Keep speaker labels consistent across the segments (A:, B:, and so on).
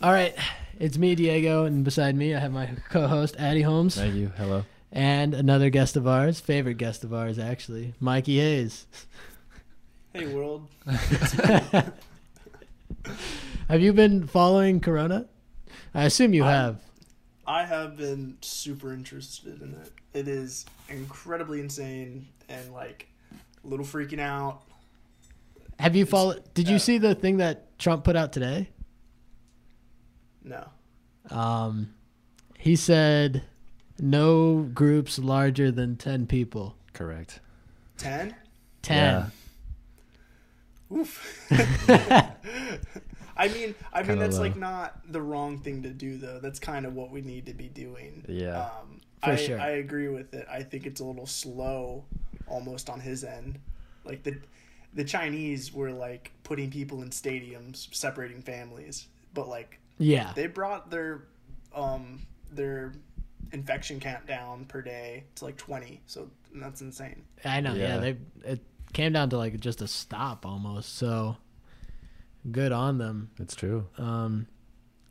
A: All right, it's me, Diego, and beside me I have my co-host Addie Holmes
B: Thank you. Hello.
A: and another guest of ours, favorite guest of ours actually, Mikey Hayes.
C: Hey world.
A: have you been following Corona? I assume you
C: I'm-
A: have.
C: I have been super interested in it. It is incredibly insane and like a little freaking out.
A: Have you
C: it's-
A: followed? Did you
C: uh,
A: see the thing that Trump put out today?
C: No.
A: Um, he said, "No groups larger than ten people."
B: Correct.
C: 10?
A: Ten.
C: Oof. I mean, I mean
B: Kinda
C: that's
B: low.
C: like not the wrong thing to do though. That's kind of what we need to be doing.
B: Yeah.
C: Um
A: For
C: I
A: sure.
C: I agree with it. I think it's a little slow almost on his end. Like the the Chinese were like putting people in stadiums, separating families, but like
A: Yeah.
C: they brought their um their infection count down per day to like 20 so that's insane
A: I know. Yeah.
B: Yeah.
A: they it came down to like just a stop almost. So good on them.
B: It's true.
A: Um,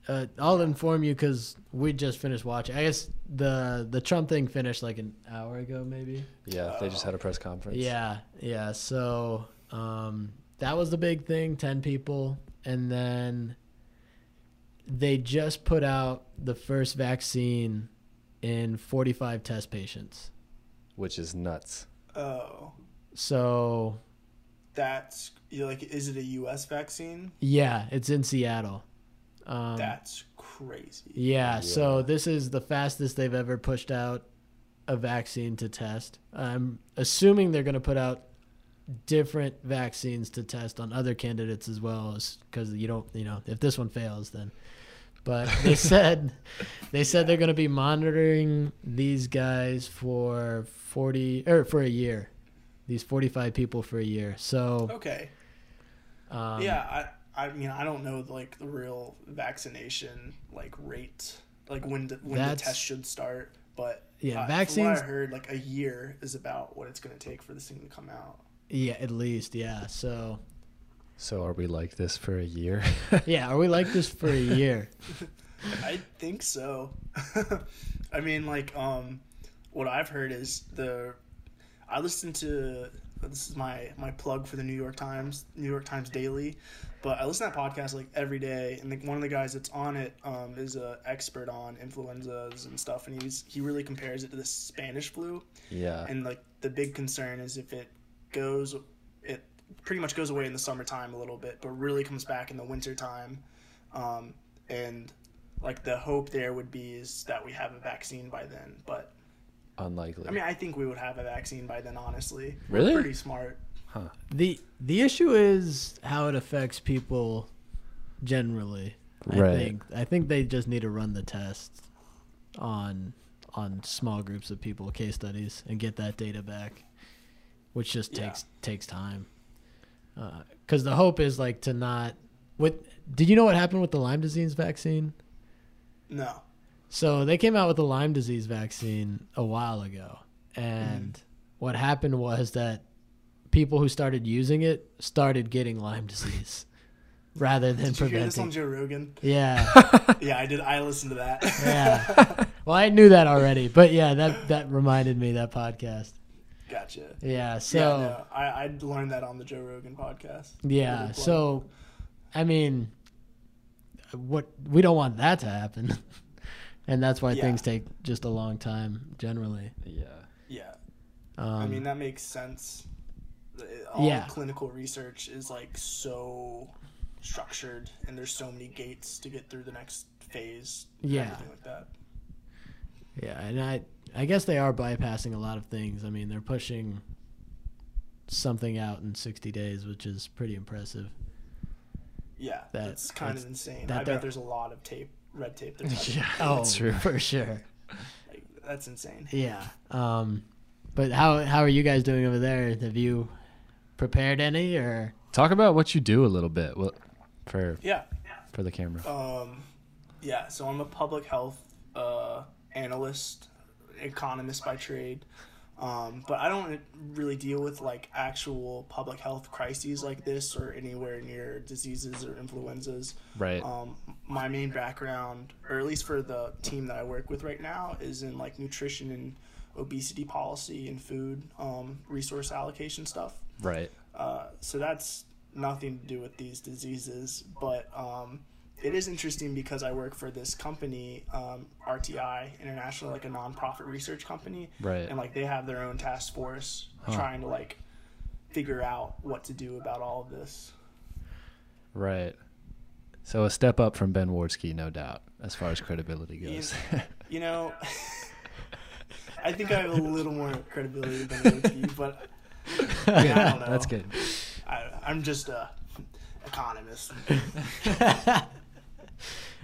A: uh, I'll inform you because we just finished watching. I guess the the Trump thing finished like an hour ago, maybe.
B: Yeah. They just had a press conference.
A: Yeah, yeah. So um, that was the big thing. Ten people, and then they just put out the first vaccine in 45 test patients.
B: Which is nuts.
C: oh
A: So
C: that's you're like is it a us vaccine
A: yeah, it's in Seattle. Um,
C: that's crazy
A: Yeah, so
B: Yeah.
A: this is the fastest they've ever pushed out a vaccine to test. I'm assuming they're going to put out different vaccines to test on other candidates as well as cuz you don't, you know, if this one fails then. But they said they said they're going to be monitoring these guys for 40 or for a year. These 45 people for a year. So,
C: okay
A: um,
C: yeah i i mean i don't know like the real vaccination like rate like when the, when the
A: That's-
C: test should start but
A: Yeah,
C: uh, from
A: vaccines-
C: what i heard like a year is about what it's going to take for this thing to come out
A: yeah, at least, yeah. So,
B: So are we like this for a year?
A: yeah, are we like this for a year?
C: I think so. I mean, like, um, what I've heard is the. I listened to this is my my plug for the New York Times, New York Times Daily, but I listen to that podcast like every day, and like one of the guys that's on it um, is a expert on influenzas and stuff, and he's he really compares it to the Spanish flu,
B: yeah.
C: and like the big concern is if it goes it pretty much goes away in the summertime a little bit but really comes back in the wintertime um, and like the hope there would be is that we have a vaccine by then but
B: Unlikely.
C: i mean i think we would have a vaccine by then honestly
B: Really?
C: We're pretty smart
A: the the issue is how it affects people generally. I
B: Right.
A: think I think they just need to run the test on on small groups of people, case studies, and get that data back, which just
C: Yeah.
A: takes takes time. Because the hope is like to not. What did you know? What happened with the Lyme disease vaccine?
C: no
A: So they came out with the Lyme disease vaccine a while ago. And
C: Mm-hmm.
A: what happened was that people who started using it started getting Lyme disease rather than
C: did you hear this
A: preventing.
C: on joe rogan
A: Yeah.
C: yeah i did i listened to that
A: Yeah. well, I knew that already, but yeah, that that reminded me that podcast.
C: gotcha
A: Yeah, so
C: yeah, no, I, I learned that on the Joe Rogan podcast. Really
A: Yeah.
C: plug.
A: So, I mean, what we don't want that to happen, and that's why
C: Yeah.
A: things take just a long time generally.
B: yeah.
C: yeah,
A: Um,
C: I mean that makes sense. The- All
A: Yeah.
C: clinical research is like so structured, and there's so many gates to get through the next phase. and
A: Yeah.
C: everything like that.
A: Yeah, and I I guess they are bypassing a lot of things. I mean, they're pushing something out in 60 days, which is pretty impressive.
C: Yeah,
A: That-
C: that's kind
A: that's-
C: of insane.
A: that
C: I
A: they're-
C: bet there's a lot of tape, red tape. They're cutting.
A: oh,
B: that's true.
A: for sure.
C: like, that's insane.
A: Yeah. Um but how how are you guys doing over there? Have you prepared any or
B: Talk about what you do a little bit. Well, for
C: Yeah,
B: for the camera.
C: Um, yeah, so I'm a public health uh, analyst, economist by trade. Um, but I don't really deal with like actual public health crises like this or anywhere near diseases or influenzas.
B: Right.
C: Um, my main background, or at least for the team that I work with right now, is in like nutrition and obesity policy and food um, resource allocation stuff.
B: right.
C: Uh, so that's nothing to do with these diseases, but um, it is interesting because I work for this company, um, RTI International, like a nonprofit research company,
B: Right.
C: and like they have their own task force trying to like figure out what to do about all of this.
B: Right. So a step up from Ben Wardsky, no doubt, as far as credibility
C: Yeah.
B: goes.
C: You know, I think I have a little more credibility than you, but don't know.
B: That's good.
C: I, I'm just a economist.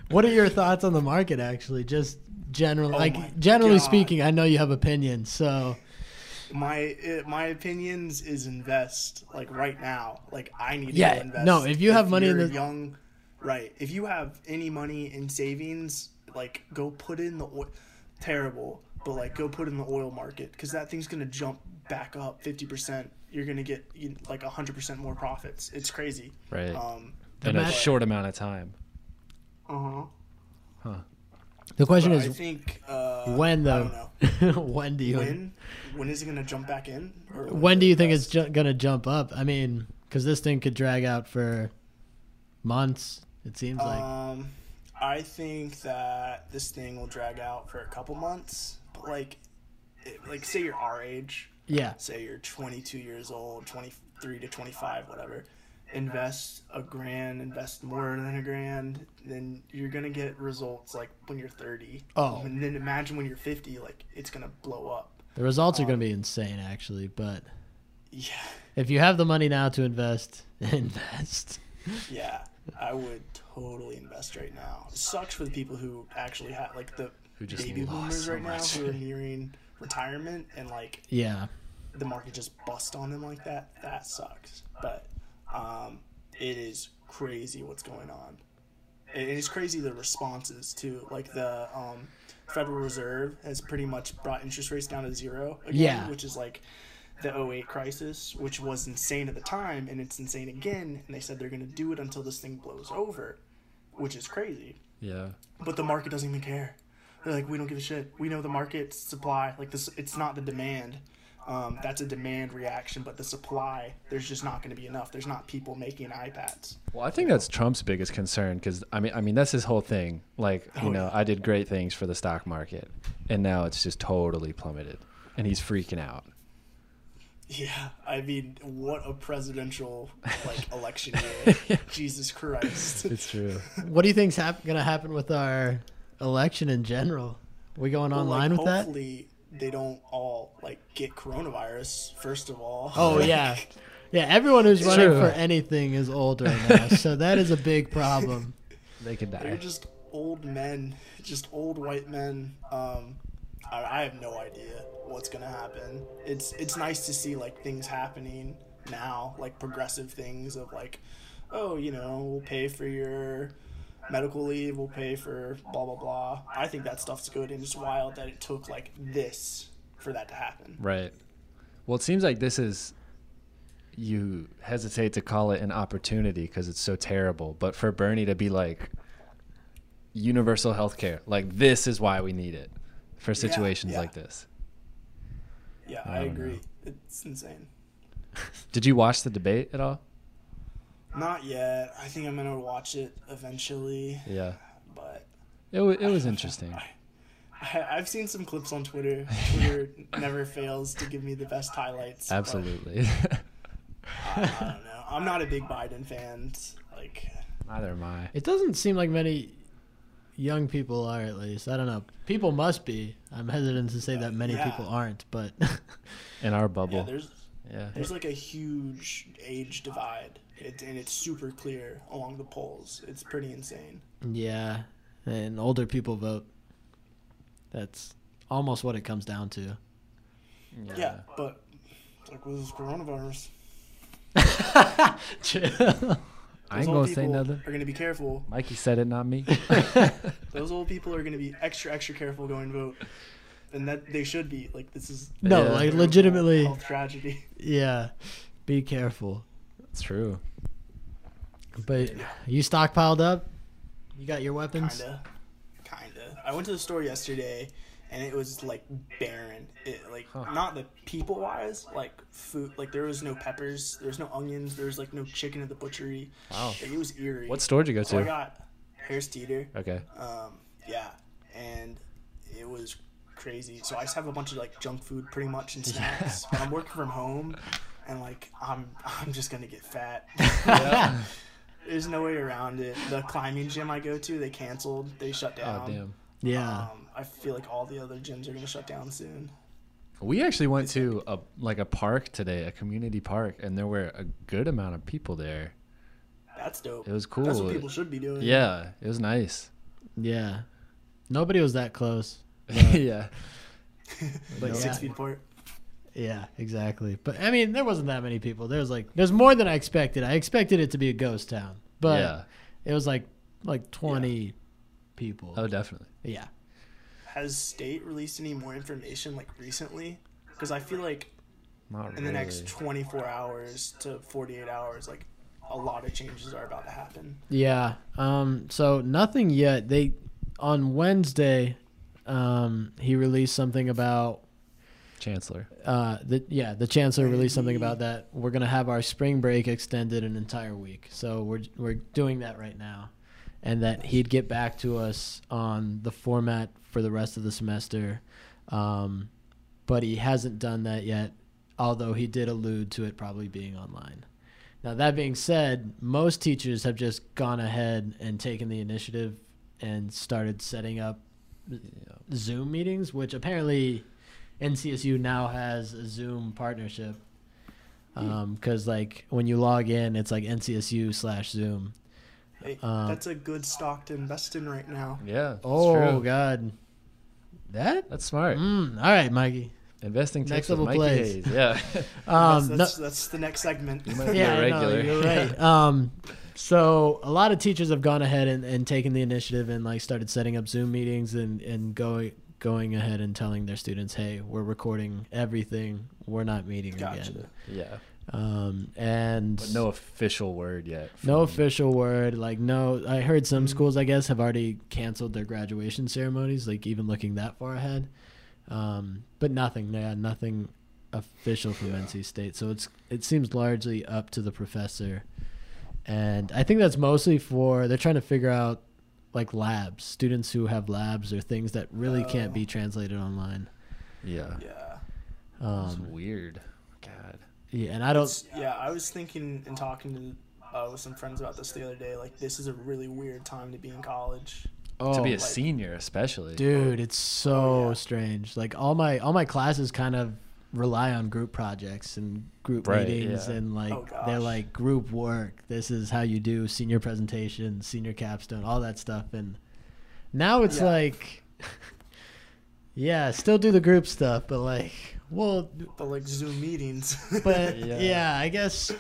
A: What are your thoughts on the market? Actually, just generally,
C: Oh my
A: like generally
C: God.
A: speaking, I know you have opinions. So
C: my uh, my opinions is invest like right now. Like I need to
A: Yeah,
C: go invest.
A: no, if you have money in
C: you're
A: the-
C: young, right? If you have any money in savings, like go put in the oil. Terrible, but like go put in the oil market because that thing's gonna jump back up fifty percent. You're gonna get you, like hundred percent more profits. It's crazy.
B: Right.
C: Um.
B: In
A: The
B: a
A: math-
B: short amount of time.
C: Uh huh.
A: the question
C: I
A: is,
C: think uh,
A: when
C: I
A: though?
C: don't know.
A: when do you?
C: When? When is it gonna jump back in? Or
A: When do you think it's ju- gonna jump up? I mean, because this thing could drag out for months. It seems like.
C: Um, I think that this thing will drag out for a couple months. But like, it, like say you're our age,
A: Yeah.
C: say you're 22 years old, 23 to 25, whatever. Invest a grand, invest more than a grand, then you're gonna get results like when you're 30.
A: Oh.
C: and then imagine when you're 50, like it's gonna blow up.
A: The results are going to be insane, actually. But
C: Yeah,
A: if you have the money now to invest, invest.
C: yeah. I would totally invest right now. It sucks for the people who actually have like the
B: Who just
C: baby
B: lost
C: boomers
B: so
C: right
B: much.
C: now who are nearing retirement and like
A: Yeah.
C: the market just bust on them like that. That sucks. But um, it is crazy what's going on. It is crazy the responses too. Like the um, Federal Reserve has pretty much brought interest rates down to zero again,
A: Yeah.
C: which is like the 08 crisis, which was insane at the time, and it's insane again. And they said they're going to do it until this thing blows over, which is crazy.
B: Yeah.
C: But the market doesn't even care. They're like, we don't give a shit. We know the market supply. Like this, it's not the demand. Um, that's a demand reaction, but the supply, there's just not going to be enough. There's not people making iPads.
B: Well, I think that's Trump's biggest concern because I mean, I mean, that's his whole thing. Like, you
C: Oh,
B: know,
C: yeah.
B: I did great things for the stock market, and now it's just totally plummeted, and he's freaking out.
C: Yeah, I mean, what a presidential like election year! Jesus Christ!
B: It's true.
A: What do you think's hap- going to happen with our election in general? We going online
C: like,
A: with that?
C: hopefully they don't all like get coronavirus. First of all.
A: Oh yeah, yeah. Everyone who's
B: It's
A: running
B: true.
A: for anything is old right now, so that is a big problem.
B: they could
C: They're
B: die.
C: just old men, just old white men. Um, I, I have no idea what's gonna happen. It's it's nice to see like things happening now, like progressive things of like, oh, you know, we'll pay for your medical leave, we'll pay for blah blah blah. I think that stuff's good, and it's wild that it took like this for that to happen.
B: Right. Well, it seems like this is you hesitate to call it an opportunity because it's so terrible, but for Bernie to be like universal health care, like this is why we need it for situations
C: yeah.
B: like this.
C: Yeah, I,
B: don't
C: agree. It's insane.
B: Did you watch the debate at all?
C: Not yet. I think I'm gonna watch it eventually,
B: Yeah.
C: but
B: It, w- it was interesting.
C: I, I've seen some clips on Twitter. Twitter never fails to give me the best highlights. but
B: Absolutely.
C: I, I don't know. I'm not a big Biden fan. Like,
B: Neither am I.
A: It doesn't seem like many young people are, at least. I don't know. People must be. I'm hesitant to say that many
C: Yeah.
A: people aren't, but
B: In our
C: yeah,
B: bubble.
C: there's
B: Yeah.
C: there's like a huge age divide, it, and it's super clear along the polls. It's pretty insane.
A: yeah, and older people vote. That's almost what it comes down to.
C: Yeah, but like with this coronavirus,
A: Chill.
B: I
C: those
B: ain't
C: old
B: gonna say
C: people
B: nothing.
C: Are gonna be careful.
B: Mikey said it, not me.
C: Those old people are gonna be extra extra careful going to vote. and that they should be like this is
A: No,
B: Yeah.
A: like
C: terrible
A: legitimately,
C: health tragedy.
A: yeah. Be careful.
B: It's true.
A: But you stockpiled up. You got your weapons.
C: Kinda, kinda. I went to the store yesterday, and it was like barren. It like
B: Huh.
C: not the people wise, like food. Like there was no peppers, there was no onions, there was like no chicken at the butchery.
B: Wow.
C: Like, it was eerie.
B: What store did you go
C: so I
B: to?
C: got Harris Teeter.
B: okay.
C: Um, yeah, and it was crazy. So I just have a bunch of like junk food, pretty much, and snacks. But I'm working from home, and like I'm I'm just gonna get fat. There's no way around it. The climbing gym I go to, they canceled. They shut down.
B: Oh damn.
A: Yeah.
C: Um, I feel like all the other gyms are gonna shut down soon.
B: We actually went to a like a park today, a community park, and there were a good amount of people there.
C: That's dope.
B: It was
C: That's
B: cool.
C: what people should be doing.
B: Yeah, it was nice.
A: Yeah. Nobody was that close.
B: yeah.
A: But
C: Six
A: yeah.
C: feet apart.
A: Yeah, exactly. But I mean, there wasn't that many people. There was like there's more than I expected. I expected it to be a ghost town, but
B: yeah.
A: it was like like 20 people.
B: Oh, definitely.
A: Yeah.
C: Has state released any more information like recently? Because I feel like
B: Not really.
C: in the next 24 hours to 48 hours like a lot of changes are about to happen
A: Yeah. Um so nothing yet. They on Wednesday um he released something about
B: Chancellor.
A: uh the yeah, the chancellor released something about that we're going to have our spring break extended an entire week. So we're we're doing that right now. And that he'd get back to us on the format for the rest of the semester. Um but he hasn't done that yet, although he did allude to it probably being online. Now, that being said, most teachers have just gone ahead and taken the initiative and started setting up Zoom meetings, which apparently NCSU now has a Zoom partnership. Because, like, when you log in, it's like NCSU slash Zoom.
C: hey,
A: Um,
C: that's a good stock to invest in right now
B: Yeah. it's
A: Oh,
B: true.
A: God. That?
B: That's smart.
A: Mm, all right, Mikey.
B: Investing
A: Next
B: tips with
A: level
B: Mikey
A: plays.
B: Hayes. Yeah.
A: Um,
C: that's,
A: no-
C: that's, that's the next segment
B: might be
A: yeah, I know,
B: regular.
A: you're right. Um, so a lot of teachers have gone ahead and, and taken the initiative and like started setting up Zoom meetings and and going going ahead and telling their students, hey, we're recording everything. We're not meeting again.
C: gotcha
B: yeah.
A: Um, and
B: But no official word yet.
A: no
B: from-
A: official word. Like no, I heard some schools, I guess, have already canceled their graduation ceremonies. Like even looking that far ahead, um, but nothing. Yeah, nothing official from NC State. So it's it seems largely up to the professor, and I think that's mostly for they're trying to figure out like labs, students who have labs or things that really can't
C: Oh.
A: be translated online.
B: Yeah.
C: yeah
B: It's
A: Um,
B: weird. God.
A: yeah, and I don't.
C: yeah i was thinking and talking to uh, with some friends about this the other day like this is a really weird time to be in college
A: Oh,
B: to be a
C: like-
B: senior, especially.
A: dude it's
B: Oh,
A: so
C: yeah.
A: strange like all my all my classes kind of rely on group projects and group
B: Right,
A: meetings
B: yeah.
A: and like
C: Oh,
A: they're
C: gosh.
A: like group work this is how you do senior presentation senior capstone all that stuff and now it's
C: Yeah.
A: like yeah still do the group stuff but like well
C: but like zoom meetings
A: but
B: Yeah.
A: yeah i guess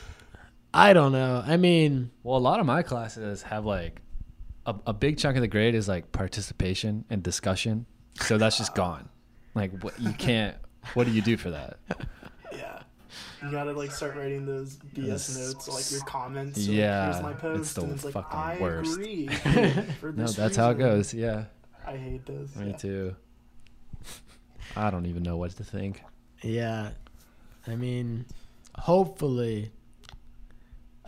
A: i don't know i mean
B: Well, a lot of my classes have like a, a big chunk of the grade is like participation and discussion. So that's just gone. Like what you can't. What do you do for that?
C: yeah you gotta like start writing those BS
B: Yes.
C: notes, like your comments. or,
B: Yeah,
C: like, here's my
B: it's
C: post,
B: the
C: and it's like
B: fucking
C: I
B: worst.
C: agree. for
B: No,
C: this
B: that's how it
C: reason."
B: goes. Yeah,
C: I hate those.
B: me
C: yeah.
B: too. I don't even know what to think.
A: Yeah. I mean, hopefully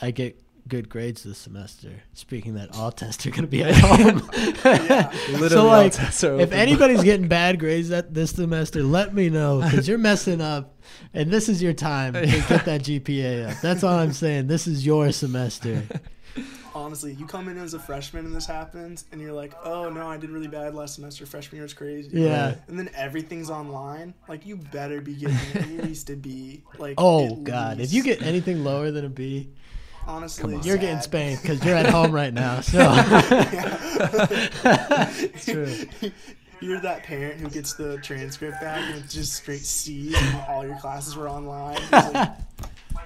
A: I get good grades this semester. Speaking that all tests are going to be at home. so like if anybody's getting bad grades that this semester, let me know cuz you're messing up and this is your time to get that GPA up. That's all I'm saying. This is your semester.
C: Honestly, you come in as a freshman and this happens, and you're like, "Oh no, I did really bad last semester. Freshman year was crazy."
A: Yeah.
C: And then everything's online. Like you better be getting at least a B. Like
A: Oh
C: at
A: god, if
C: least.
A: you get anything lower than a B,
C: honestly,
B: on.
A: you're getting
C: sad.
A: spanked cuz you're at home right now. So
C: it's
A: true.
C: You're that parent who gets the transcript back and it's just straight C's and all your classes were online. It's like,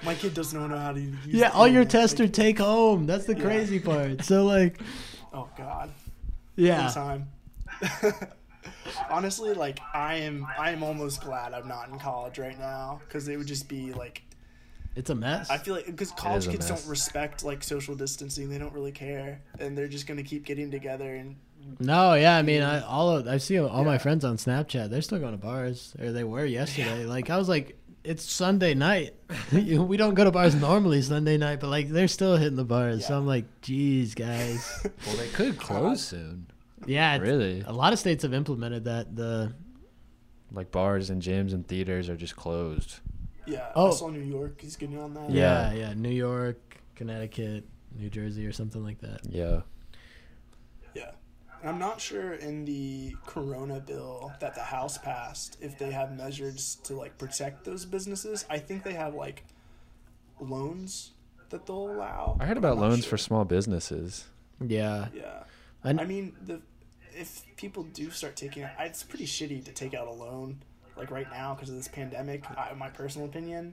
C: my kid doesn't know how to use
A: Yeah,
C: the
A: all your
C: internet."
A: tests are take home. That's the
C: Yeah.
A: crazy part. So like,
C: Oh god.
A: yeah,
C: Time. honestly, like I am, I am almost glad I'm not in college right now because it would just be like
A: It's a mess.
C: I feel like because college
B: a
C: kids don't
B: mess.
C: respect like social distancing, they don't really care, and they're just gonna keep getting together and
A: no, yeah, I mean, I all of, I see all my
C: Yeah.
A: friends on Snapchat. They're still going to bars, or they were yesterday. Like I was like, it's Sunday night. You know, we don't go to bars normally Sunday night, but like they're still hitting the bars. So
C: Yeah.
A: I'm like, geez, guys.
B: Well, they could close soon.
A: Yeah, it's-
B: Really?
A: A lot of states have implemented that. The
B: Like bars and gyms and theaters are just closed.
C: yeah.
A: Oh.
C: I saw New York is getting on that.
A: yeah,
B: Yeah.
A: yeah, New York, Connecticut, New Jersey, or something like that.
B: Yeah.
C: Yeah. And I'm not sure in the Corona bill that the House passed if they have measures to like protect those businesses. I think they have like loans that they'll allow.
B: I heard about
C: I'm not
B: loans
C: sure.
B: for small businesses.
A: Yeah,
C: Yeah.
A: I kn-
C: I mean, the if people do start taking it, it's pretty shitty to take out a loan like right now because of this pandemic. I, my personal opinion,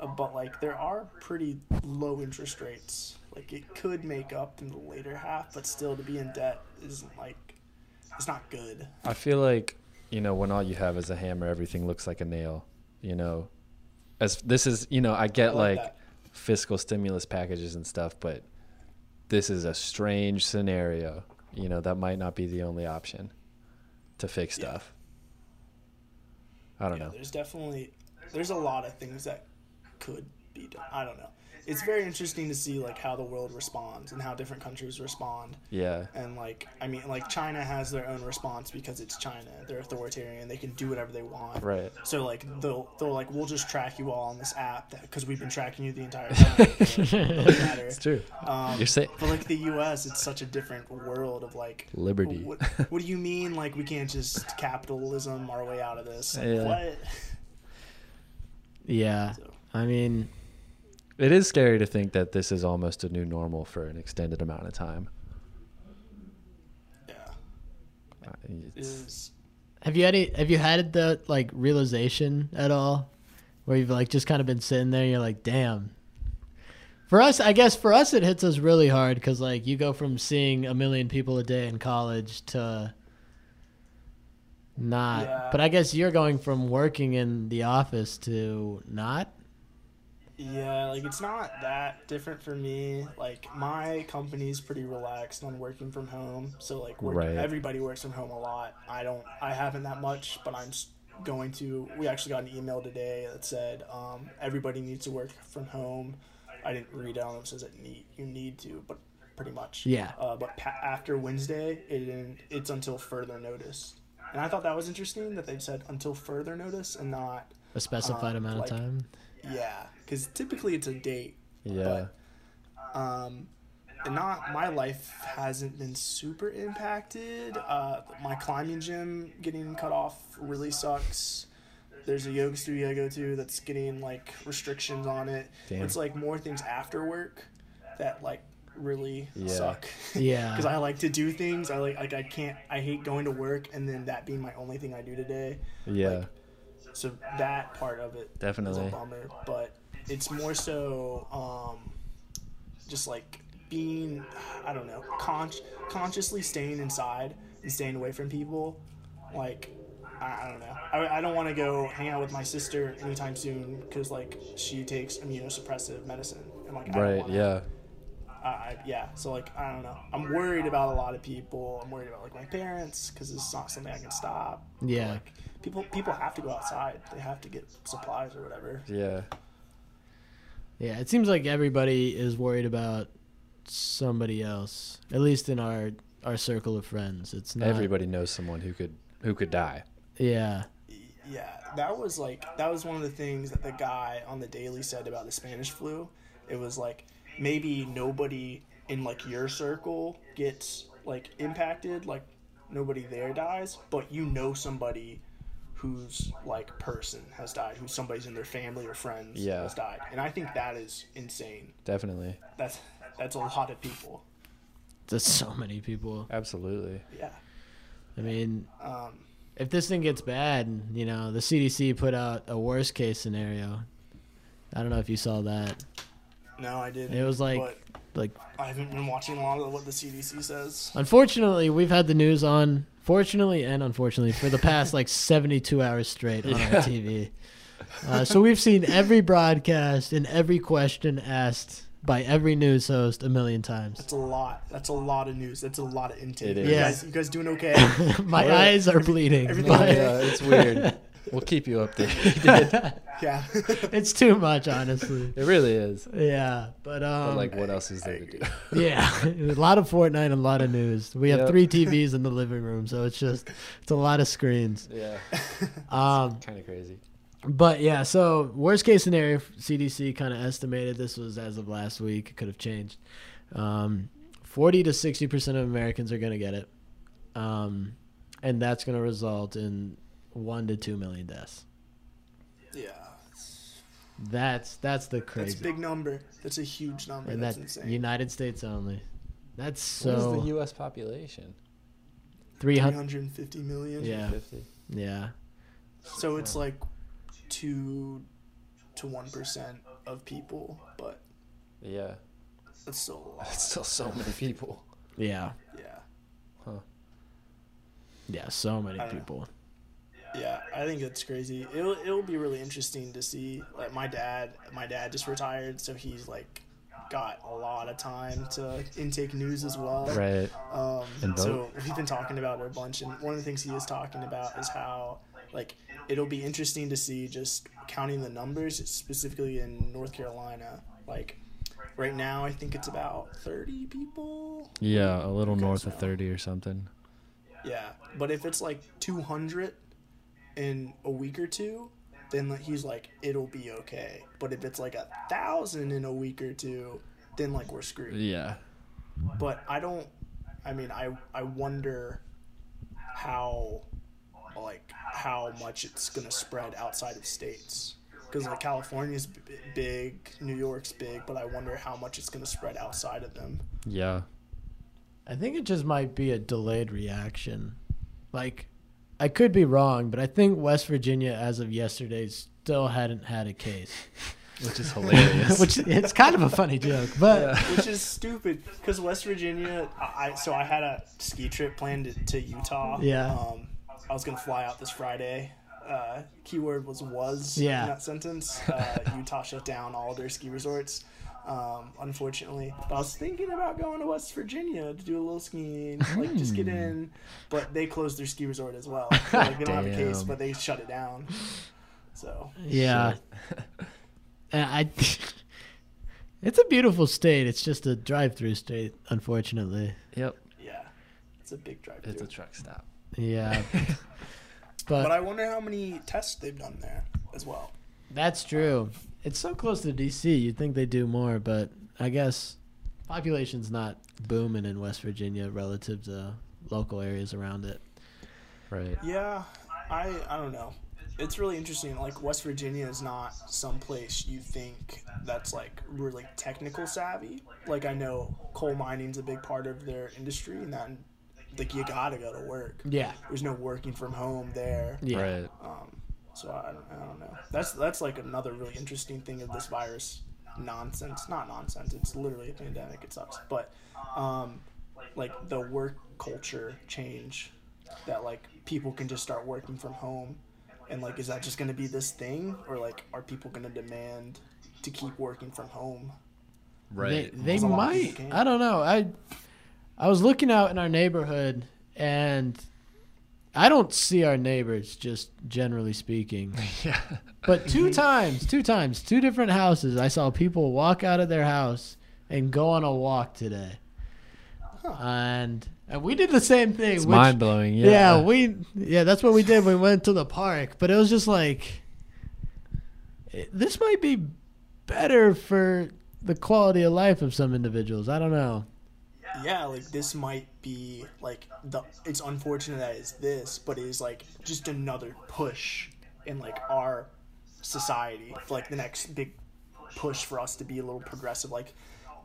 C: uh, but like there are pretty low interest rates. Like it could make up in the later half, but still to be in debt isn't like it's not good.
B: I feel like, you know, when all you have is a hammer, everything looks like a nail, you know. As this is, you know, I get
C: I
B: like,
C: like that.
B: fiscal stimulus packages and stuff, but this is a strange scenario. You know, that might not be the only option to fix
C: Yeah.
B: stuff. I don't
C: Yeah,
B: know.
C: there's definitely there's a lot of things that could be done. I don't know. It's very interesting to see like how the world responds and how different countries respond.
B: Yeah.
C: and like i mean like china has their own response because it's china they're authoritarian they can do whatever they want
B: Right.
C: so like they'll they'll like we'll just track you all on this app because we've been tracking you the entire time It doesn't matter.
B: It's true.
C: um,
B: You're saying
C: but like the us it's such a different world of like
B: liberty.
C: what, what do you mean like we can't just capitalism our way out of this Like,
B: Yeah.
C: what
A: yeah.
C: So-
A: I mean,
B: it is scary to think that this is almost a new normal for an extended amount of time.
C: yeah
B: Uh,
C: it
B: It's,
C: is
A: have you had any, have you had the like realization at all, where you've like just kind of been sitting there and you're like, damn. For us, I guess for us it hits us really hard because like you go from seeing a million people a day in college to not.
C: Yeah.
A: But I guess you're going from working in the office to not.
C: Yeah, like it's not that different for me. Like my company's pretty relaxed on working from home, so like work,
B: Right.
C: everybody works from home a lot. I don't, I haven't that much, but I'm s- going to. We actually got an email today that said um, everybody needs to work from home. I didn't read it. I don't know if it says it need you need to, but pretty much.
A: Yeah.
C: Uh, but pa- after Wednesday, it it's until further notice. And I thought that was interesting that they said until further notice and not
A: a specified
C: Um,
A: amount
C: like-
A: of time.
C: yeah, because typically it's a date
B: yeah.
C: um, and not my life hasn't been super impacted. Uh, my climbing gym getting cut off really sucks. There's a yoga studio I go to that's getting like restrictions on it.
B: Damn.
C: It's like more things after work that like really
B: Yeah.
C: suck.
A: Yeah.
C: Because I like to do things. I like like I can't. I hate going to work and then that being my only thing I do today.
B: Yeah.
C: like, So that part of it is
B: Definitely.
C: a bummer, but it's more so um, just like being, I don't know, con- consciously staying inside and staying away from people. Like, I, I don't know. I, I don't want to go hang out with my sister anytime soon because, like, she takes immunosuppressive medicine. And, like, I don't
B: right.
C: wanna-
B: Yeah.
C: I, I, yeah. So, like, I don't know. I'm worried about a lot of people. I'm worried about, like, my parents because it's not something I can stop.
A: Yeah.
C: Like, people, people have to go outside, they have to get supplies or whatever.
B: Yeah.
A: Yeah, it seems like everybody is worried about somebody else. At least in our our circle of friends, it's not
B: Everybody knows someone who could who could die.
A: Yeah,
C: Yeah, that was like that was one of the things that the guy on the Daily said about the Spanish flu. It was like maybe nobody in like your circle gets like impacted, like nobody there dies, but you know somebody whose like person has died, who somebody's in their family or friends
B: Yeah.
C: has died. And I think that is insane.
B: Definitely.
C: That's that's a lot of people.
A: there's so many people.
B: Absolutely.
C: Yeah.
A: I mean,
C: Um
A: if this thing gets bad, you know, the CDC put out a worst case scenario. I don't know if you saw that.
C: no, I didn't.
A: It was like
C: but
A: like
C: I haven't been watching a lot of what the CDC says.
A: unfortunately, we've had the news on fortunately and unfortunately, for the past like 72 hours straight on our TV. Uh, so we've seen every broadcast and every question asked by every news host a million times.
C: That's a lot. That's a lot of news. That's a lot of intake.
B: It
C: you
B: is.
C: guys, you guys doing okay?
A: My
B: Well,
A: eyes are bleeding.
C: everything-
A: but
B: yeah, it's weird. We'll keep you updated.
C: yeah.
A: it's too much, honestly.
B: it really is.
A: Yeah, but um,
B: But like, what else is there to do?
A: yeah, a lot of Fortnite and a lot of news. We have
B: Yep.
A: three TVs in the living room, so it's just it's a lot of screens.
B: Yeah,
A: Um,
B: kind of crazy.
A: But yeah, so worst case scenario, CDC kind of estimated this was as of last week. It could have changed. Um, Forty to sixty percent of Americans are going to get it, um, and that's going to result in one to two million deaths.
C: yeah.
A: That's that's the
C: That's
A: crazy,
C: a big number. That's a huge number.
A: and
C: that's,
A: that's
C: insane.
A: United States only. That's
B: what is the
A: so
B: U.S. population?
A: three hundred.
C: 350 million.
A: Yeah,
B: 50.
A: yeah,
C: So it's like two to one percent of people, but
B: Yeah,
C: that's still a lot.
B: that's still so many people.
A: yeah,
C: Yeah.
A: yeah. So many
C: I don't know.
A: people.
C: Yeah, I think that's crazy. It'll it'll be really interesting to see. Like my dad, my dad just retired, so he's like got a lot of time to intake news as well.
B: Right.
C: Um,
B: And
C: so we've been talking about it a bunch, and one of the things he is talking about is how like it'll be interesting to see just counting the numbers, specifically in North Carolina. Like right now, I think it's about thirty people.
B: Yeah, a little north
C: so-
B: of 30 or something.
C: Yeah, but if it's like 200 in a week or two, then like, he's like, it'll be okay. But if it's like a thousand in a week or two, then like we're screwed.
B: Yeah.
C: But I don't. I mean, I I wonder how like how much it's gonna spread outside of states. Because like California's b- big, New York's big, but I wonder how much it's gonna spread outside of them.
B: Yeah.
A: I think it just might be a delayed reaction. Like, I could be wrong, but I think West Virginia, as of yesterday, still hadn't had a case.
B: Which is hilarious.
A: Which it's kind of a funny joke, but
C: which is stupid because West Virginia. I I- so I had a ski trip planned to, to Utah.
A: Yeah.
C: Um, I was gonna fly out this Friday. Uh, keyword was was
A: Yeah.
C: in that sentence. Uh, Utah shut down all their ski resorts. Um, unfortunately, but I was thinking about going to West Virginia to do a little skiing, like just get
B: Hmm.
C: in, but they closed their ski resort as well. Like, they don't have a case,
B: Damn.
C: but they shut it down. So
A: yeah, And I. It's a beautiful state. It's just a drive-through state, unfortunately.
B: Yep.
C: yeah, it's a big drive.
B: It's a truck stop.
A: Yeah,
C: But
A: but
C: I wonder how many tests they've done there as well.
A: That's true. It's so close to DC. You'd think they do more, but I guess population's not booming in West Virginia relative to local areas around it.
B: Right.
C: Yeah, I I don't know. It's really interesting. Like West Virginia is not some place you think that's like really technical savvy. Like I know coal mining's a big part of their industry, and that like you gotta go to work.
A: Yeah.
C: There's no working from home there.
A: Yeah.
B: Right.
C: Um, so I don't, I don't know. That's that's like another really interesting thing of this virus nonsense. Not nonsense. It's literally a pandemic. It sucks. But um, like the work culture change that like people can just start working from home, and like is that just going to be this thing, or like are people going to demand to keep working from home?
A: They,
B: Right.
A: they
C: There's a lot of
A: might.
C: people can't.
A: I don't know. I I was looking out in our neighborhood and I don't see our neighbors just generally speaking.
B: yeah.
A: But two times, two times, two different houses, I saw people walk out of their house and go on a walk today. And and we did the same thing.
B: It's
A: which-
B: mind blowing. Yeah.
A: yeah. we yeah, that's what we did. We went to the park, but it was just like it- this might be better for the quality of life of some individuals. I don't know.
C: yeah like this might be like the it's unfortunate that it's this but it is like just another push in like our society for, like the next big push for us to be a little progressive like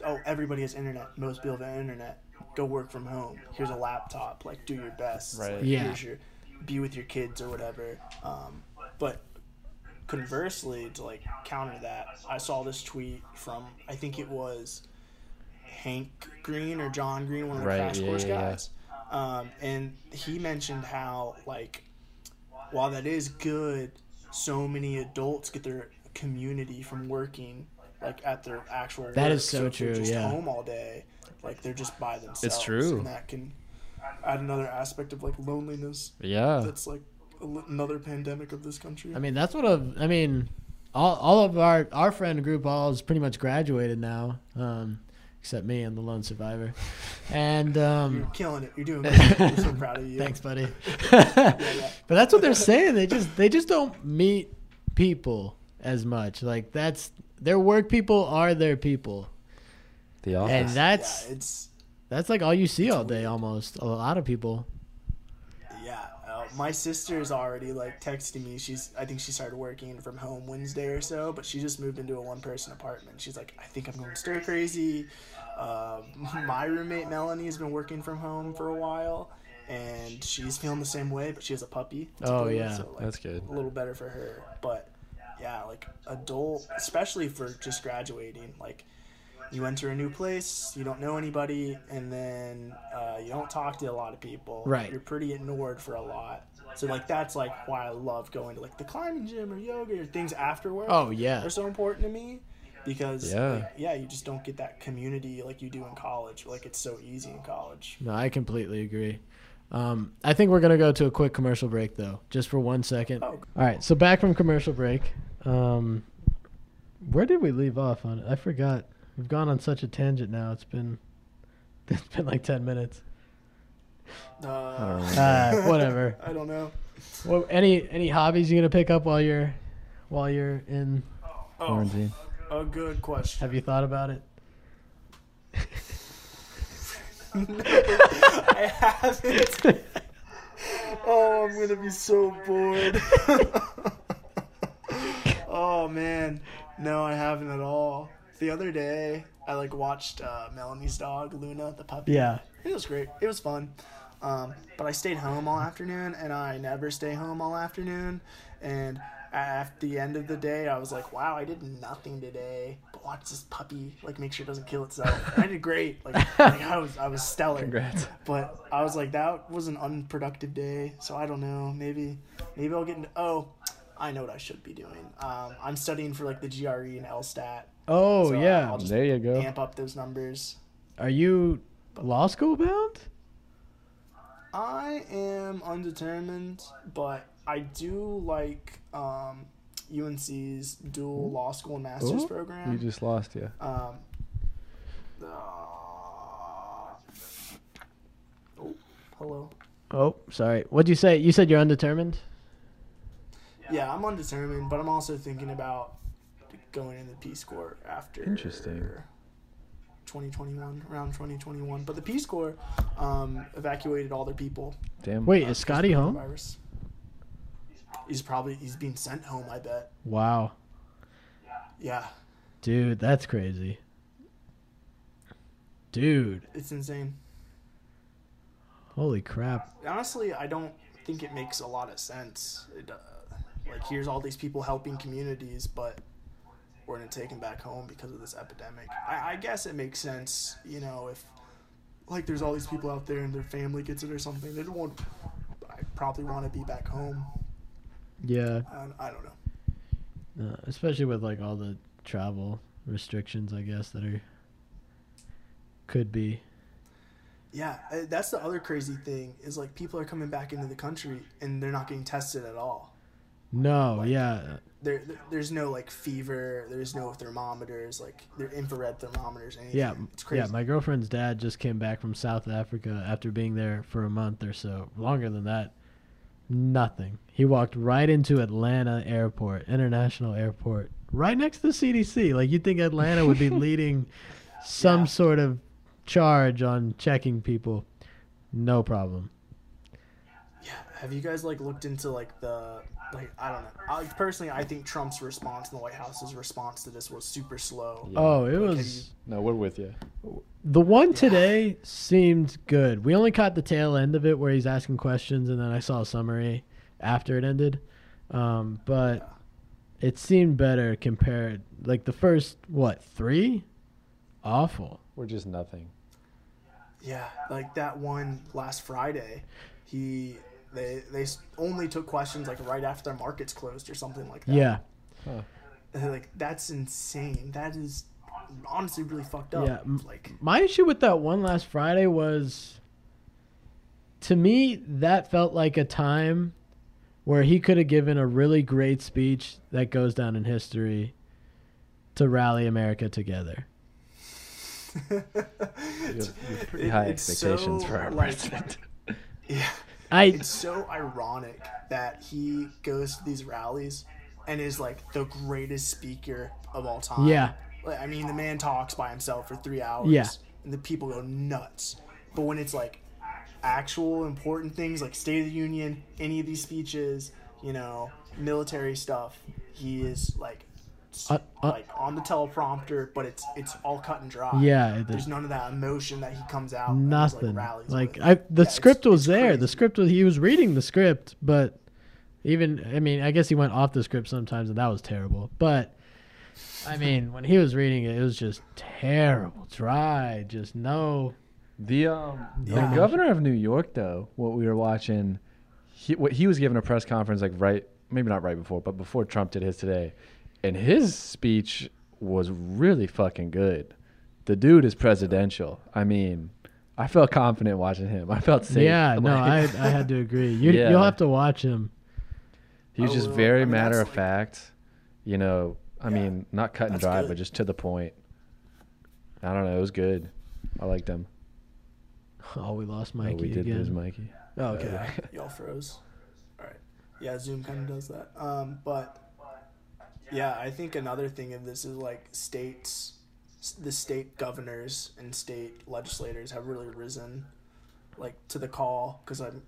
C: oh everybody has internet most people have internet go work from home here's a laptop like do your best
B: Right.
C: Like,
A: Yeah.
C: here's your be with your kids or whatever um, but conversely to like counter that i saw this tweet from i think it was hank green or john green one of the
B: Right,
C: crash
B: yeah,
C: course
B: yeah, yeah.
C: guys um, and he mentioned how like while that is good, so many adults get their community from working like at their actual
A: That
C: work.
A: is so
C: if they're
A: true,
C: just
A: yeah.
C: home all day like they're just by themselves
B: true.
C: and that can add another aspect of like loneliness
B: Yeah.
C: that's like a l- another pandemic of this country
A: I mean, that's what I've, I mean. All, all of our our friend group all is pretty much graduated now, um, except me and the lone survivor. And
C: you're
A: um,
C: killing it you're doing great i'm so proud of you
A: thanks, buddy.
C: yeah.
A: But that's what they're saying. They just they just don't meet people as much. Like that's their work people are their people,
B: The
A: and
B: office.
A: that's
C: yeah, it's
A: that's like all you see all day almost. A lot of people.
C: yeah uh, my sister is already like texting me she's i think she started working from home wednesday or so but she just moved into a one person apartment she's like i think i'm going stir crazy uh, my roommate melanie has been working from home for a while and she's feeling the same way but she has a puppy to
A: Oh,
C: play with,
A: yeah.
C: so, like,
B: That's good.
C: a little better for her but yeah like adult especially for just graduating like you enter a new place, you don't know anybody, and then uh, you don't talk to a lot of people.
A: Right.
C: You're pretty ignored for a lot. So like that's like why I love going to like the climbing gym or yoga or things after work
A: Oh
C: are
A: yeah,
C: so important to me because
B: Yeah.
C: like, yeah you just don't get that community like you do in college. Like it's so easy in college.
A: no, I completely agree. Um, I think we're gonna go to a quick commercial break though, just for one second.
C: Oh,
A: All right, so back from commercial break. Um, where did we leave off on? I forgot. We've gone on such a tangent now. It's been it's been like ten minutes.
C: uh,
B: don't
A: Uh, whatever.
C: I don't know.
A: Well, any any hobbies you gonna pick up while you're while you're in?
C: Oh,
B: Quarantine.
C: a good question.
A: Have you thought about it?
C: I haven't. Oh, I'm gonna be so bored. oh man, no, I haven't at all. The other day, I like watched uh, Melanie's dog Luna, the puppy.
A: Yeah.
C: it was great. It was fun. Um, but I stayed home all afternoon, and I never stay home all afternoon. And at the end of the day, I was like, "Wow, I did nothing today, but watch this puppy. Like, make sure it doesn't kill itself." I did great. Like, like I was, I was stellar.
B: Congrats.
C: But I was like, that was an unproductive day, so I don't know. Maybe, maybe I'll get into. Oh, I know what I should be doing. Um, I'm studying for like the GRE and LSTAT.
A: Oh
C: So, uh,
A: yeah.
C: I'll just
B: There you go.
C: amp up those numbers.
A: Are you law school bound?
C: I am undetermined, but I do like um, UNC's dual law school and master's
B: Ooh,
C: program.
B: You just lost, yeah.
C: Um, ah. oh, hello.
A: Oh, sorry. What'd you say? You said you're undetermined.
C: Yeah, I'm undetermined, but I'm also thinking about going in the Peace Corps after.
B: Interesting.
C: 2021, around 2021. But the Peace Corps um, evacuated all their people.
B: Damn.
A: Wait, is
C: uh, 'cause of
A: Scotty
C: the
A: home?
C: coronavirus. He's probably he's being sent home. I bet.
A: Wow,
C: Yeah,
A: dude, that's crazy. Dude,
C: it's insane.
A: holy crap.
C: honestly, I don't think it makes a lot of sense. It, uh, like, here's all these people helping communities, but we're gonna take them back home because of this epidemic. I, I guess it makes sense, you know, if like there's all these people out there and their family gets it or something, they don't want. I probably want to be back home.
A: Yeah,
C: I, I don't know.
A: uh, especially with like all the travel restrictions, I guess that are could be.
C: Yeah, uh, that's the other crazy thing is like people are coming back into the country and they're not getting tested at all.
A: No, yeah,
C: there there's no like fever there's no thermometers like they're infrared thermometers anything.
A: yeah,
C: it's
A: yeah.
C: crazy
A: My girlfriend's dad just came back from South Africa after being there for a month or so, longer than that. Nothing. He walked right into Atlanta Airport, International Airport, right next to the CDC. Like you'd think Atlanta would be leading some
C: Yeah.
A: sort of charge on checking people. No problem.
C: yeah have you guys like looked into like the like i don't know I, personally i think trump's response and the white house's response to this was super slow
B: Yeah.
A: Oh, it
C: Like, have
A: was.
B: No, we're with you.
A: The one today seemed good. We only caught the tail end of it where he's asking questions, and then I saw a summary after it ended. Um, but it seemed better compared, like the first what three? Awful.
B: We're just nothing.
C: Yeah, like that one last Friday, he they they s- only took questions like right after their markets closed or something like that.
A: Yeah.
C: like that's insane. That is honestly really fucked up.
A: Yeah, m-
C: like
A: My issue with that one last Friday was to me that felt like a time where he could have given a really great speech that goes down in history to rally America together.
B: You
C: it's,
B: have, you have pretty
C: it-
B: high
C: it's
B: expectations
C: so,
B: for our
C: like-
B: president.
C: yeah,
A: I
C: it's so ironic that he goes to these rallies and is like the greatest speaker of all time.
A: Yeah.
C: Like, I mean, the man talks by himself for three hours.
A: Yeah.
C: And the people go nuts. But when it's like actual important things like State of the Union, any of these speeches, you know, military stuff, he is like. s-
A: Uh, uh.
C: like on the teleprompter, but it's it's all cut and dry.
A: Yeah, it-
C: there's none of that emotion that he comes out. and just,
A: nothing.
C: rallies
A: Like
C: with.
A: I the
C: Yeah, it's-
A: script was
C: it's
A: there.
C: crazy.
A: The script was he was reading the script, but even I mean, I guess he went off the script sometimes and that was terrible. But I mean, when he was reading it, it was just terrible, dry, just no
B: The um,
C: Yeah.
B: the governor of New York, though, what we were watching, he what, he was giving a press conference like right, maybe not right before, but before Trump did his today, and his speech was really fucking good. The dude is presidential. I mean, I felt confident watching him. I felt safe.
A: Yeah, no, I I
B: Like,
A: had to agree. You
B: Yeah.
A: you'll have to watch him.
B: he was
C: I
B: just
C: will-
B: very
C: Oh, I mean,
B: matter
C: that's
B: of
C: like-
B: fact. You know, I
C: Yeah,
B: mean, not cut and
C: that's
B: dry,
C: good.
B: but just to the point. I don't know. It was good. I liked him.
A: Oh, we lost
B: Oh,
A: Mikey
B: we did
A: again.
B: lose Mikey.
A: Oh, okay.
C: Yeah, y'all froze. All right. Yeah, Zoom kind of does that. Um, but yeah, I think another thing of this is like states, the state governors and state legislators have really risen, like to the call because I'm,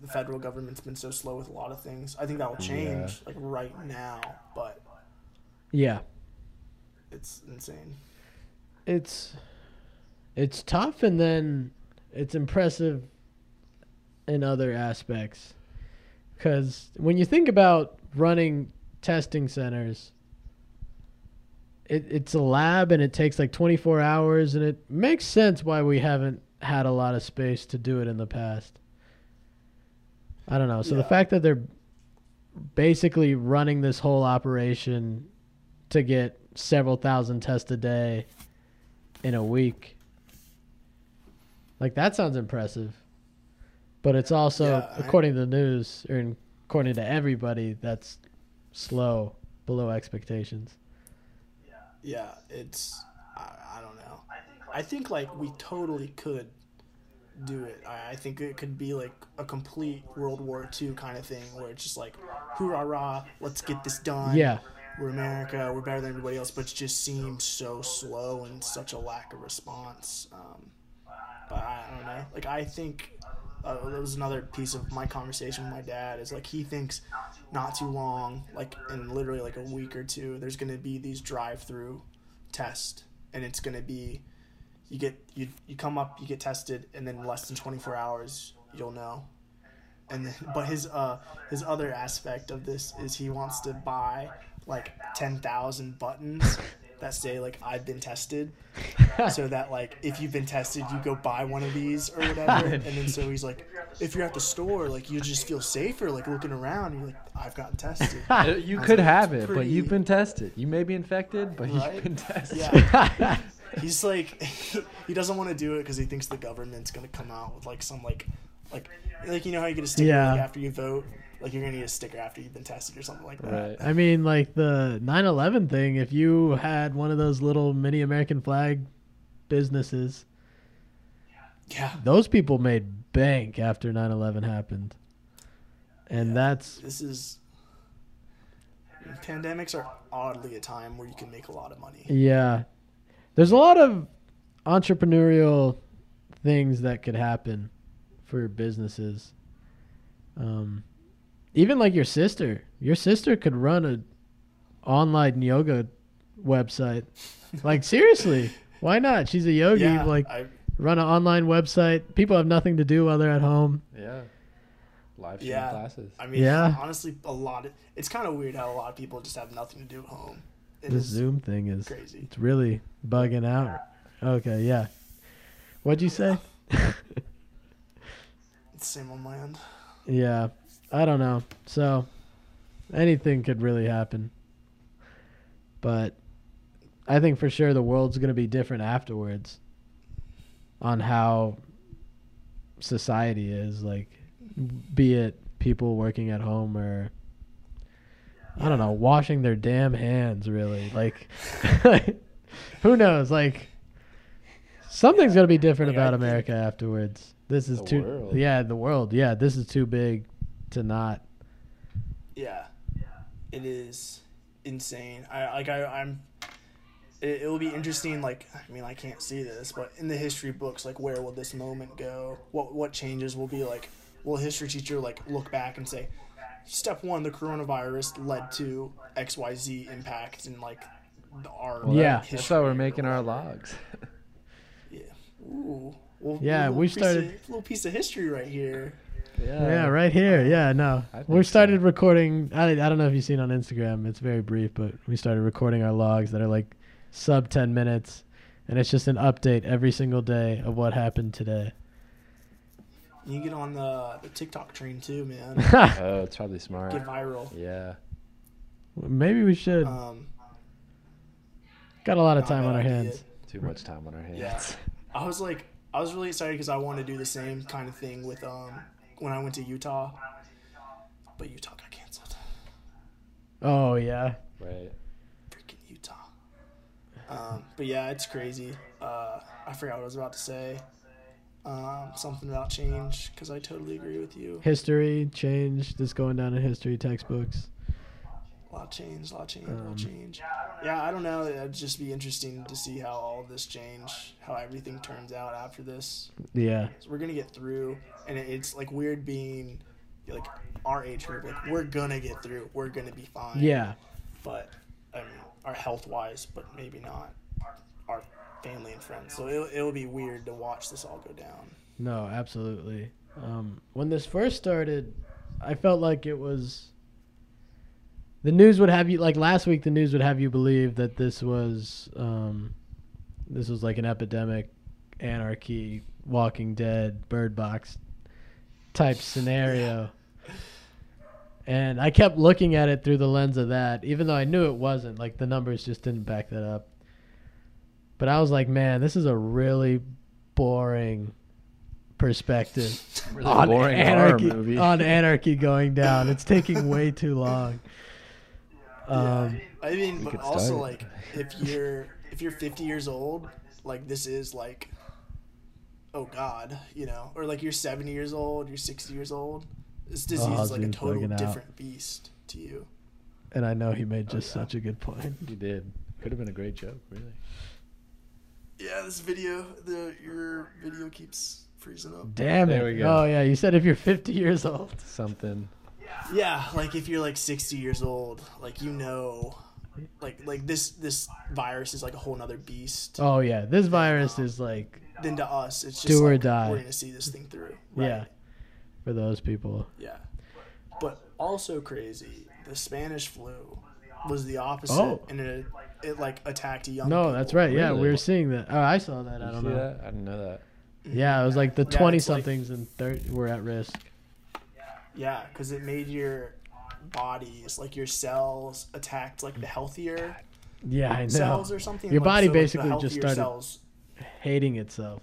C: the federal government's been so slow with a lot of things. I think that will change like right now, but
A: Yeah.
C: it's insane.
A: It's it's tough and then it's impressive in other aspects. Cuz when you think about running testing centers it, it's a lab and it takes like 24 hours and it makes sense why we haven't had a lot of space to do it in the past. I don't know. So the
C: Yeah.
A: fact that they're basically running this whole operation to get several thousand tests a day in a week. Like that sounds impressive. But it's also
C: Yeah, I-
A: according to the news or in- according to everybody that's slow, below expectations.
C: Yeah, it's I, I don't know. I think like we totally could do it. I, I think it could be like a complete World War II kind of thing where it's just like, hoorah, rah, let's get this done.
A: Yeah.
C: We're America, we're better than everybody else, but it just seems so slow and such a lack of response. Um, but I don't know. Like, I think uh, that was another piece of my conversation with my dad is like, he thinks not too long, like in literally like a week or two, there's going to be these drive through tests, and it's going to be you get you you come up, you get tested, and then less than 24 hours, you'll know. And then, but his uh his other aspect of this is he wants to buy like 10,000 buttons that say like I've been tested, so that like if you've been tested, you go buy one of these or whatever. and then so he's like, if you're at the store, like you just feel safer, like looking around, you're like I've gotten tested.
B: Uh, You
C: I
B: could
C: think
B: have
C: it's
B: it, but you've
C: pretty-
B: been tested. You may be infected, but
C: Right?
B: you've been tested.
C: yeah. he's like he doesn't want to do it because he thinks the government's gonna come out with like some like like like you know how you get a sticker
A: Yeah.
C: like, after you vote like you're gonna need a sticker after you've been tested or something like that
B: Right.
A: I mean, like the 9 11 thing, if you had one of those little mini American flag businesses,
C: yeah
A: those people made bank after 9 11 happened. And that's,
C: this is pandemics are oddly a time where you can make a lot of money
A: yeah. There's a lot of entrepreneurial things that could happen for businesses. Um, even like your sister, your sister could run a online yoga website. Like seriously, why not? She's a yogi.
C: yeah
A: like
C: I,
A: run an online website. People have nothing to do while they're at home.
B: Yeah. Live stream
C: yeah
B: classes.
C: i mean
A: Yeah.
C: honestly a lot of, it's kind of weird how a lot of people just have nothing to do at home It
A: The
C: is
A: Zoom thing is
C: crazy
A: it's really bugging out. Okay, yeah. What'd you say?
C: Same on my end.
A: Yeah, I don't know. So anything could really happen. But I think for sure the world's going to be different afterwards on how society is like be it people working at home or I don't know, washing their damn hands really. Like who knows like something's going to be different
C: Like, I
A: about
C: think-
A: America afterwards. This is
B: The
A: too
B: world.
A: yeah, the world. Yeah, this is too big to not
C: Yeah, it is insane. I like I, I'm. It, it will be interesting. Like I mean, I can't see this, but in the history books, like where will this moment go? What what changes will be like? Will a history teacher like look back and say, step one, the coronavirus led to X Y Z impact and like the our
A: Well, Yeah.
C: history
B: That's why
C: or
B: we're making our
C: whatever."
B: logs.
C: Ooh. Well,
A: Yeah,
C: little
A: we
C: piece of-
A: started-
C: little piece of history right here.
A: Yeah, right here. Yeah, no.
B: Uh, I think
A: We started
B: so.
A: recording. I, I don't know if you've seen on Instagram. It's very brief, but we started recording our logs that are like sub 10 minutes. And it's just an update every single day of what happened today.
C: You get on the, the TikTok train too, man.
B: Oh, it's probably smart.
C: Get viral.
B: Yeah.
A: Maybe we should.
C: Um,
A: Uh, Got a lot of
C: not
A: time
C: bad
A: on our
C: idea.
A: hands.
B: Too much time on our hands.
C: Yeah. I was like, I was really excited because I wanted to do the same kind of thing with um when I went to Utah, but Utah got canceled.
A: Oh, yeah.
B: Right.
C: Freaking Utah. Um, but yeah, it's crazy. Uh, I forgot what I was about to say. Um, something about change because I totally agree with you.
A: History, change, that's going down in history textbooks.
C: A lot of change, a lot of change, a lot
A: Um,
C: of change. Yeah, I don't know. It'd just be interesting to see how all this change, how everything turns out after this.
A: Yeah.
C: So we're gonna get through, and it- it's like weird being like our age group. Like we're gonna get through. We're gonna be fine.
A: Yeah.
C: But I mean, our health wise, but maybe not our family and friends. So it'll it'll be weird to watch this all go down.
A: No, absolutely. Um, when this first started, I felt like it was. The news would have you like last week. The news would have you believe that this was, um, this was like an epidemic, anarchy, Walking Dead, Bird Box, type scenario. And I kept looking at it through the lens of that, even though I knew it wasn't. Like the numbers just didn't back that up. But I was like, man, this is a really boring perspective
B: Really
A: on
B: boring horror
A: anarchy
B: movie.
A: on anarchy going down. It's taking way too long. Um,
C: I mean, but
B: could
C: also
B: start
C: like
B: it.
C: if you're if you're 50 years old, like this is like oh god, you know, or like you're 70 years old, you're 60 years old. This disease
A: Oh,
C: is like a
A: dude,
C: total
A: bugging out.
C: different beast to you.
A: and I know he made just
C: yeah.
A: such a good point.
B: You did. Could have been a great joke, really.
C: Yeah, this video, the your video keeps freezing up.
A: Damn
B: There
A: it!
B: we go.
A: Oh yeah, you said if you're 50 years old.
B: Something.
C: Yeah, like if you're like 60 years old, like you know, like like this this virus is like a whole nother beast.
A: Oh yeah, this virus is like
C: Then to us, it's just
A: Do or
C: like,
A: die.
C: We're gonna see this thing through.
A: yeah, for those people.
C: Yeah. But also crazy, the Spanish flu was the opposite,
A: Oh.
C: and it it like attacked young.
A: No, that's right. Yeah, we were
B: Really?
A: seeing that. Oh, I saw that. I
B: You
A: don't
B: see
A: know.
B: that? I didn't know that.
A: Yeah, it was like the
C: Yeah, it's
A: 20
C: like-
A: somethings and 30 were at risk.
C: Yeah, because it made your bodies, like your cells, attacked like the healthier
A: Yeah, I know.
C: cells or something.
A: Your
C: like,
A: body
C: so, like, the
A: basically just
C: healthier
A: started
C: cells,
A: Hating itself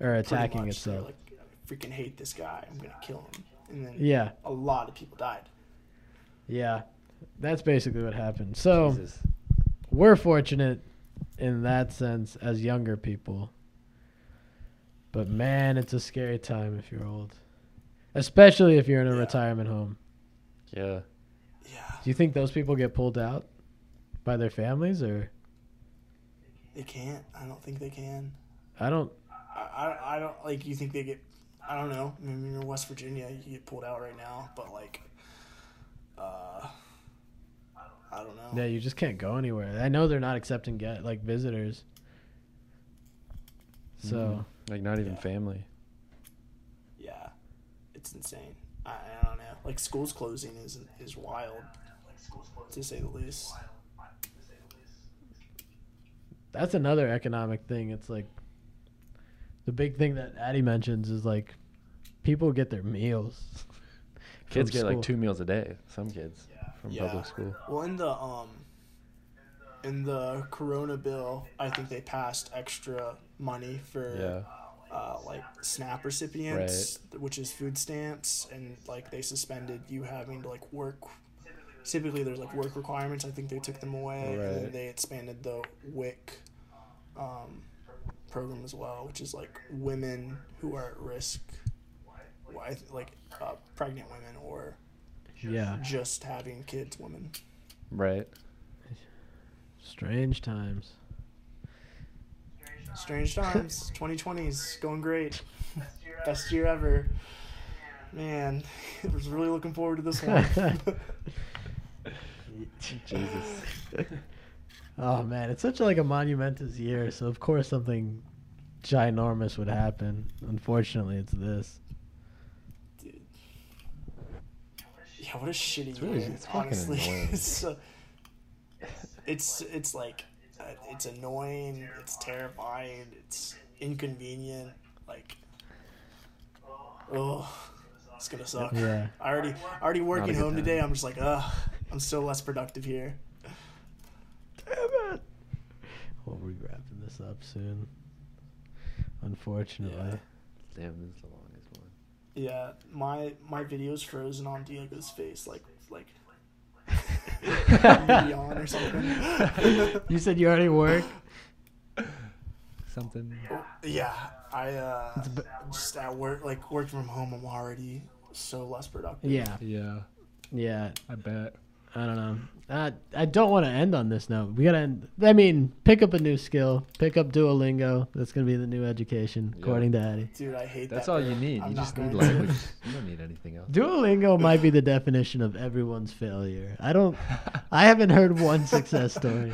A: or
C: pretty
A: attacking
C: much, they're
A: itself.
C: Like, I freaking hate this guy. I'm gonna kill him. And then
A: yeah,
C: a lot of people died.
A: yeah. That's basically what happened. So
B: Jesus.
A: we're fortunate in that sense as younger people. But man, it's a scary time if you're old, especially if you're in a
C: Yeah.
A: retirement home.
B: Yeah.
C: Yeah,
A: Do you think those people get pulled out by their families or
C: they can't. I don't think they can.
A: I don't
C: I, I, I don't like you think they get I don't know. I mean you're in West Virginia, you get pulled out right now, but like uh I don't know.
A: Yeah, you just can't go anywhere. I know they're not accepting get like visitors. So
B: Like not even
C: Yeah.
B: family.
C: Yeah. It's insane. I, I don't know. Like schools closing is is wild to say the least.
A: that's another economic thing. It's like the big thing that Addie mentions is like people get their meals.
B: Kids
A: from
B: get like
A: school.
B: two meals a day. Some kids
C: Yeah.
B: from
C: Yeah.
B: public school.
C: Well, in the um, in the Corona bill, I think they passed extra money
B: Yeah.
C: for uh, like SNAP recipients, which is food stamps, and like they suspended you having to like work. Typically, there's like work requirements. I think they took them away, and
B: Right.
C: then they expanded the WIC um, program as well, which is like women who are at risk, why like uh, pregnant women or
A: Yeah,
C: just having kids, women.
B: Right.
A: strange times.
C: Strange times. 2020's going great. Best year ever. Man, I was really looking forward to this one.
B: Jesus.
A: Oh man, it's such like a monumentous year, so of course something ginormous would happen. Unfortunately, it's this.
C: yeah, what a shitty
B: It's really-
C: year.
B: it's fucking
C: honestly,
B: annoying.
C: it's, uh, it's it's like uh, it's annoying. It's terrifying. It's inconvenient. Like, oh, it's gonna suck.
A: Yeah.
C: I already I already
B: Not a
C: working
B: good
C: home today.
B: time.
C: I'm just like, ugh, I'm so less productive here.
A: Damn it. Well, we're wrapping this up soon. Unfortunately.
B: Damn, this is the longest one.
C: Yeah, my my video's frozen on Diego's face, like like yawn or something.
A: You said you already work.
B: Something.
C: yeah, I uh, just at work, like working from home, I'm already so less productive.
A: Yeah,
B: Yeah,
A: yeah.
B: I bet.
A: I don't know. I I don't want to end on this note. We gotta end. I mean, pick up a new skill. Pick up Duolingo. That's gonna be the new education,
B: Yeah.
A: according to Addie.
C: dude, I hate
B: That's
C: that.
B: all
C: bro.
B: you need.
C: I'm
B: you
C: not
B: just need
C: going to.
B: language. you don't need anything else.
A: Duolingo might be the definition of everyone's failure. I don't. I haven't heard one success story,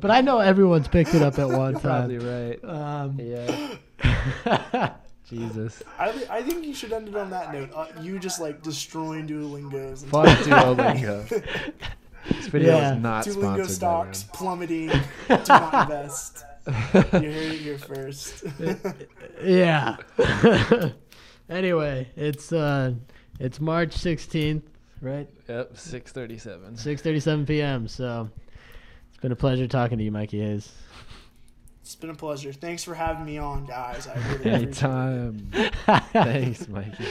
A: but I know everyone's picked it up at one
B: probably
A: time.
B: right.
A: Um,
B: Yeah. Jesus.
C: I, thi- I think you should end it on that note. Uh, you just like destroying Duolingo's.
B: Fuck Duolingo. This video
A: Yeah.
B: is not
C: Duolingo
B: sponsored
C: stocks plummeting. Do not invest.
B: by them.
C: You heard it here first.
A: yeah. anyway, it's uh, it's March sixteenth, right?
B: Yep, 637.
A: Six thirty-seven p.m. So it's been a pleasure talking to you, Mikey Hayes.
C: it's been a pleasure. Thanks for having me on, guys. I really appreciate it.
B: Anytime. Thanks, Mikey.